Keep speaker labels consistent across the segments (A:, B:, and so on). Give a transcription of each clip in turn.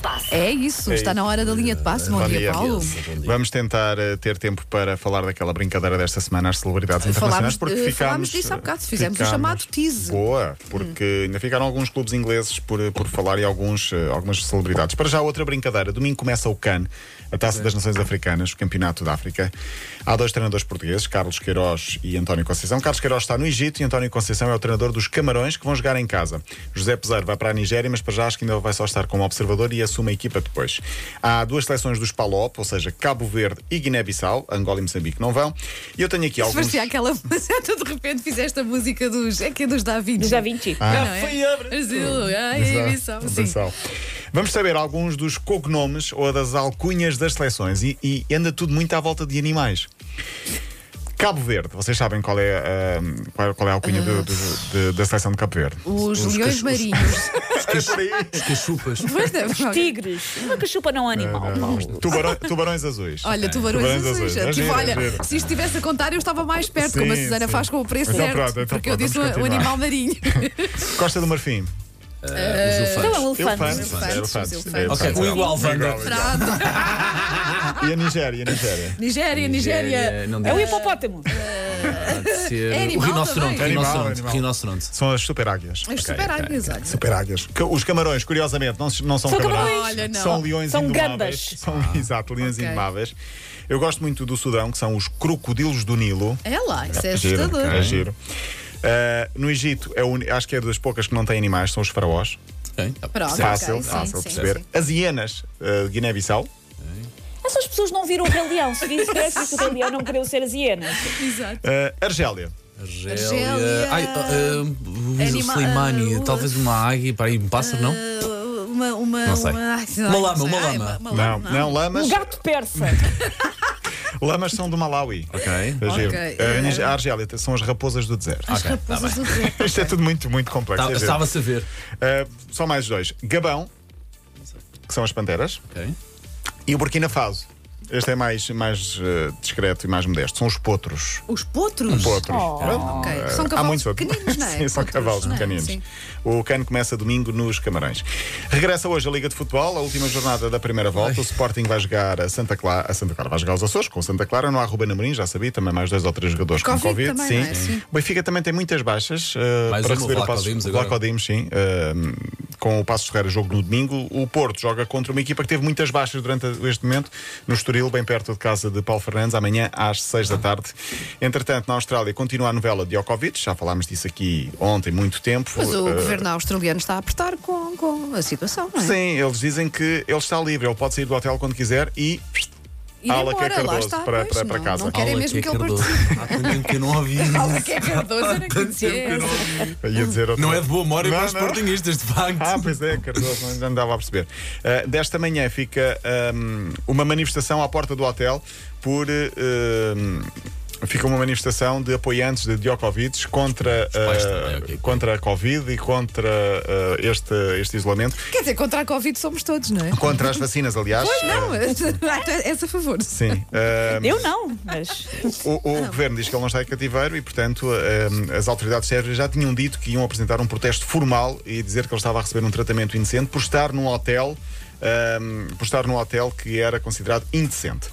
A: passe.
B: É isso,
C: É
B: está na
C: isso.
B: hora da linha de passe. Bom, dia, Paulo.
C: Vamos tentar eh, ter tempo para falar daquela brincadeira desta semana às celebridades internacionais,
B: Falámos-
C: porque
B: eh,
C: ficámos. eh,
B: falámos disso há bocado, fizemos o
C: ficámos-
B: chamado tease.
C: Boa, porque ainda ficaram alguns clubes ingleses por, por falar e alguns, eh, algumas celebridades. Para já, outra brincadeira. Domingo começa o CAN, a Taça das Nações Africanas, o Campeonato da África. Há dois treinadores portugueses, Carlos Queiroz e António Conceição. Carlos Queiroz está no Egito e António Conceição é o treinador dos Camarões que vão jogar em casa. José Peseiro vai para a Nigéria, mas para já acho que ainda vai só estar como observador e assume a equipa depois. Há duas seleções dos PALOP, ou seja, Cabo Verde e Guiné-Bissau. Angola e Moçambique não vão. E eu tenho aqui
B: Se
C: alguns...
B: parecia aquela faceta, de repente fizeste a música dos. É que é dos Da Vinci.
A: Já 20.
B: Ah, não é? Brasil, ai,
C: Exato,
B: Bissau, sim.
C: atenção. Vamos saber alguns dos cognomes ou das alcunhas das seleções e, e anda tudo muito à volta de animais. Cabo Verde, vocês sabem qual é, ahm, qual, qual é a alcunha do- do- de- da seleção de Cabo Verde?
B: Os,
D: Os
B: leões
D: cachorros.
B: marinhos.
C: Era por aí.
D: Cachupas.
B: Pois é, não,
A: Tigres. Uma cachupa não é animal, Paulo.
C: Tubarão- tubarões azuis.
B: Olha, tubarões,
C: Tubarões
B: azuis.
C: azuis. É
B: Tipo,
C: giro, é
B: olha,
C: giro.
B: se estivesse a contar, eu estava mais perto,
C: Sim,
B: como a Susana
C: sim.
B: faz com o preço
C: Então
B: certo.
C: pronto, então
B: porque
C: pronto,
B: eu disse
C: vamos
B: o, o
C: continuar.
B: animal marinho.
C: Costa do Marfim.
A: Não é um
C: Eu
A: elefante.
B: elefantes, os elefantes.
C: é
D: Ok, o igual, Wanda.
B: Pronto.
C: E a Nigéria, a Nigéria.
B: Nigéria, Nigéria.
D: Não
A: É um
D: deve
A: hipopótamo.
D: ser.
B: É
D: o
B: animal também.
C: Animal,
D: rinoceronte, rinoceronte,
C: animal.
D: rinoceronte.
C: São as super águias.
B: As super águias, olha.
C: Super águias. Que- Os camarões, curiosamente, não, se- não são,
A: São
C: camarões.
A: camarões.
B: Olha, não.
C: São leões
A: São
C: indomáveis.
A: gambas.
C: São, exato, leões
B: ok.
C: indomáveis. Eu gosto muito do Sudão, que são os crocodilos do Nilo.
B: É lá, isso é
C: Giro,
B: assustador.
C: é giro. Ah, no Egito, é o uni- acho que é das poucas que não têm animais, são os faraós.
D: Ok.
B: Pronto,
C: fácil,
B: Ah, ok, sim,
C: fácil de
B: sim,
C: perceber.
B: sim.
C: As hienas ah, de Guiné-Bissau.
A: Essas pessoas não viram o Rei Leão. Se dissesse que o Rei Leão não queriam ser as hienas.
B: Exato.
C: Ah, Argélia.
B: Argélia.
D: Argélia. Ai, ah, ah, o Isil
B: Anima-
D: Slimani,
B: ah, o-
D: talvez uma águia, para aí, um pássaro, não?
B: Uh, Uma, uma,
D: Não sei.
B: uma, ai, sei lá,
D: Uma lama,
B: não sei.
D: uma
B: Ai,
D: lama.
C: Não, não, lamas.
A: Um gato persa.
C: Lamas são do Malawi.
D: Ok. Tá,
C: É giro.
B: Ok.
C: Ah, a Argélia são as raposas do deserto.
D: Ok, tá bem.
C: Isto é tudo muito, muito complexo.
D: Tá-
C: é giro.
D: Estava-se a ver.
C: Uh, só mais dois. Gabão, que são as panteras,
D: Ok.
C: e o Burkina Faso. Este é mais, mais uh, discreto e mais modesto. São os potros.
B: Os potros?
C: Potros. Pronto.
B: Ok,
C: Uh,
B: São
C: há
B: cavalos
C: muitos outros.
B: pequeninos, não é?
C: Sim, são
B: Potros,
C: cavalos
B: não é?
C: pequeninos.
B: Sim.
C: O cano começa domingo nos Camarões. Regressa hoje a Liga de Futebol, a última jornada da primeira volta. O Sporting vai jogar a Santa Clara. A Santa Clara vai jogar os Açores com o Santa Clara. Não há Ruben Amorim, já sabia. Também mais dois ou três jogadores com
B: Covid
C: Covid.
B: também,
C: sim.
B: não é? Sim.
C: O Benfica também tem muitas baixas. uh,
D: Mais
C: para
D: uma, o
C: receber o
D: Vlaco
C: Passos,
D: Dimos
C: o
D: agora.
C: Vlaco Dimos, sim. uh, com o Passos Ferreira, jogo no domingo. O Porto joga contra uma equipa que teve muitas baixas durante este momento, no Estoril, bem perto de casa de Paulo Fernandes, amanhã às 6 da tarde. Entretanto, na Austrália continua a novela de Djokovic, já falámos disso aqui ontem, muito tempo.
B: Mas o
C: Uh,
B: governo australiano está a apertar com, com a situação, não é?
C: Sim, eles dizem que ele está livre, ele pode sair do hotel quando quiser e.
B: E
C: Ala
B: demora,
C: que é
B: lá
C: Cardoso,
B: está.
C: para-
B: pois,
C: para- para
B: não,
C: casa.
B: Não querem
D: Aula
B: mesmo que
D: que é
B: ele
D: Cardoso.
B: participe.
D: Há tanto tempo que eu não ouvi.
B: Aula que é Cardoso, era conhecido.
C: Ia dizer outra-
D: Não é de boa memória
C: Não,
D: para os
C: não.
D: sportinguistas, de facto.
C: Ah, pois é, Cardoso, não- não dava a perceber. Uh, desta manhã fica um, uma manifestação à porta do hotel por. um, Fica uma manifestação de apoiantes de Djokovic contra,
D: Os pais
C: uh,
D: também, ok.
C: contra a Covid e contra uh, este, este isolamento.
B: Quer dizer, contra a Covid somos todos, não é?
C: Contra as vacinas, aliás.
B: Pois não,
C: Uh,
B: és a favor.
C: Sim. Um,
A: Eu não, mas.
C: O, o governo diz que ele não está em cativeiro e, portanto, eh, as autoridades sérvias já tinham dito que iam apresentar um protesto formal e dizer que ele estava a receber um tratamento indecente por estar num hotel. ehm, por estar num hotel que era considerado indecente.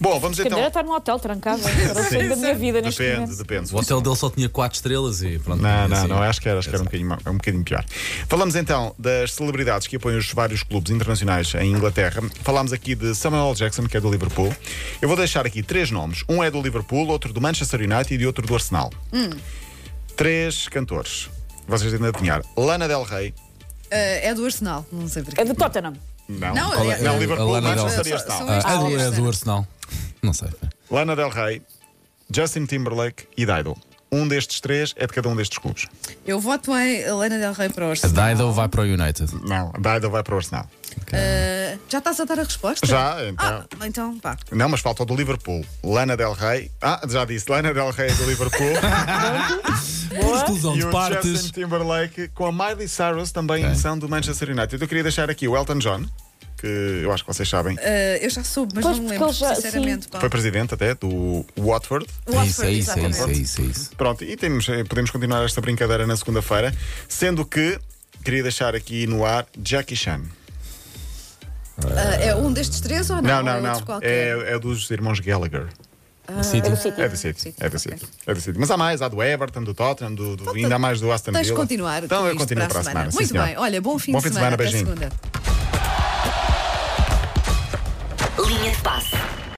C: Bom, vamos
A: Quem dera
C: então.
A: estar num hotel trancado. Era o sonho da minha vida neste
C: Depende,
A: momento.
C: depende.
D: O hotel dele só tinha 4 estrelas e pronto.
C: Não, não,
D: assim.
C: não, acho que era, acho que era um bocadinho, ma- um bocadinho pior. Falamos então das celebridades que apoiam os vários clubes internacionais em Inglaterra. Falámos aqui de Samuel Jackson, que é do Liverpool. Eu vou deixar aqui três nomes. Um é do Liverpool, outro do Manchester United e outro do Arsenal. Três cantores. Vocês têm de adivinhar. Lana Del Rey.
B: Eh, é do Arsenal, não sei porquê.
A: É de Tottenham.
C: Não,
B: Não,
C: Qual é-
B: é-
C: não
B: é-
C: Liverpool,
D: Lana Del-
C: Manchester e
B: só-
C: Arsenal.
B: são
D: Ah, é, do,
B: Ah,
D: é do Arsenal. Não sei.
C: Lana Del Rey, Justin Timberlake e Dido. Um destes três é de cada um destes clubes.
B: Eu voto em Helena Del Rey para o
D: A
B: Arsenal.
D: Dido vai para o United.
C: Não, Dido vai para o Arsenal.
B: Eh, já estás a dar a resposta?
C: Já, então.
B: Ah, então pá.
C: Não, mas falta o do Liverpool. Lana Del Rey. Ah, já disse, Lana Del Rey do Liverpool.
D: Por exclusão
C: e
D: de
C: o
D: partes.
C: Justin Timberlake com a Miley Cyrus também
D: Ok.
C: são do Manchester United. Eu queria deixar aqui o Elton John, que eu acho que vocês sabem.
B: Eh, eu já soube, mas
A: Pois,
B: não me
A: porque
B: lembro,
A: ele já-
B: sinceramente. Pá.
C: Foi presidente até do Watford.
D: É isso, é isso, é
B: exatamente.
D: isso, é isso, é isso.
C: Pronto, e temos, eh, podemos continuar esta brincadeira na segunda-feira, sendo que queria deixar aqui no ar Jackie Chan.
B: Ah, é um destes três ou
C: Não,
B: não?
C: não,
B: Ou é outro
C: não.
B: qualquer?
C: É, é dos irmãos Gallagher.
D: City.
C: É do City. É do City. É do City. Mas há mais, há do Everton, do Tottenham, do, do- ainda há mais do Aston Villa.
B: Tens de continuar.
C: Então
B: tudo
C: eu
B: isto
C: continuo para a semana. sim,
B: Muito
C: senhora.
B: bem, olha, bom fim,
C: Bom fim de semana,
B: até
C: beijinho.
B: segunda.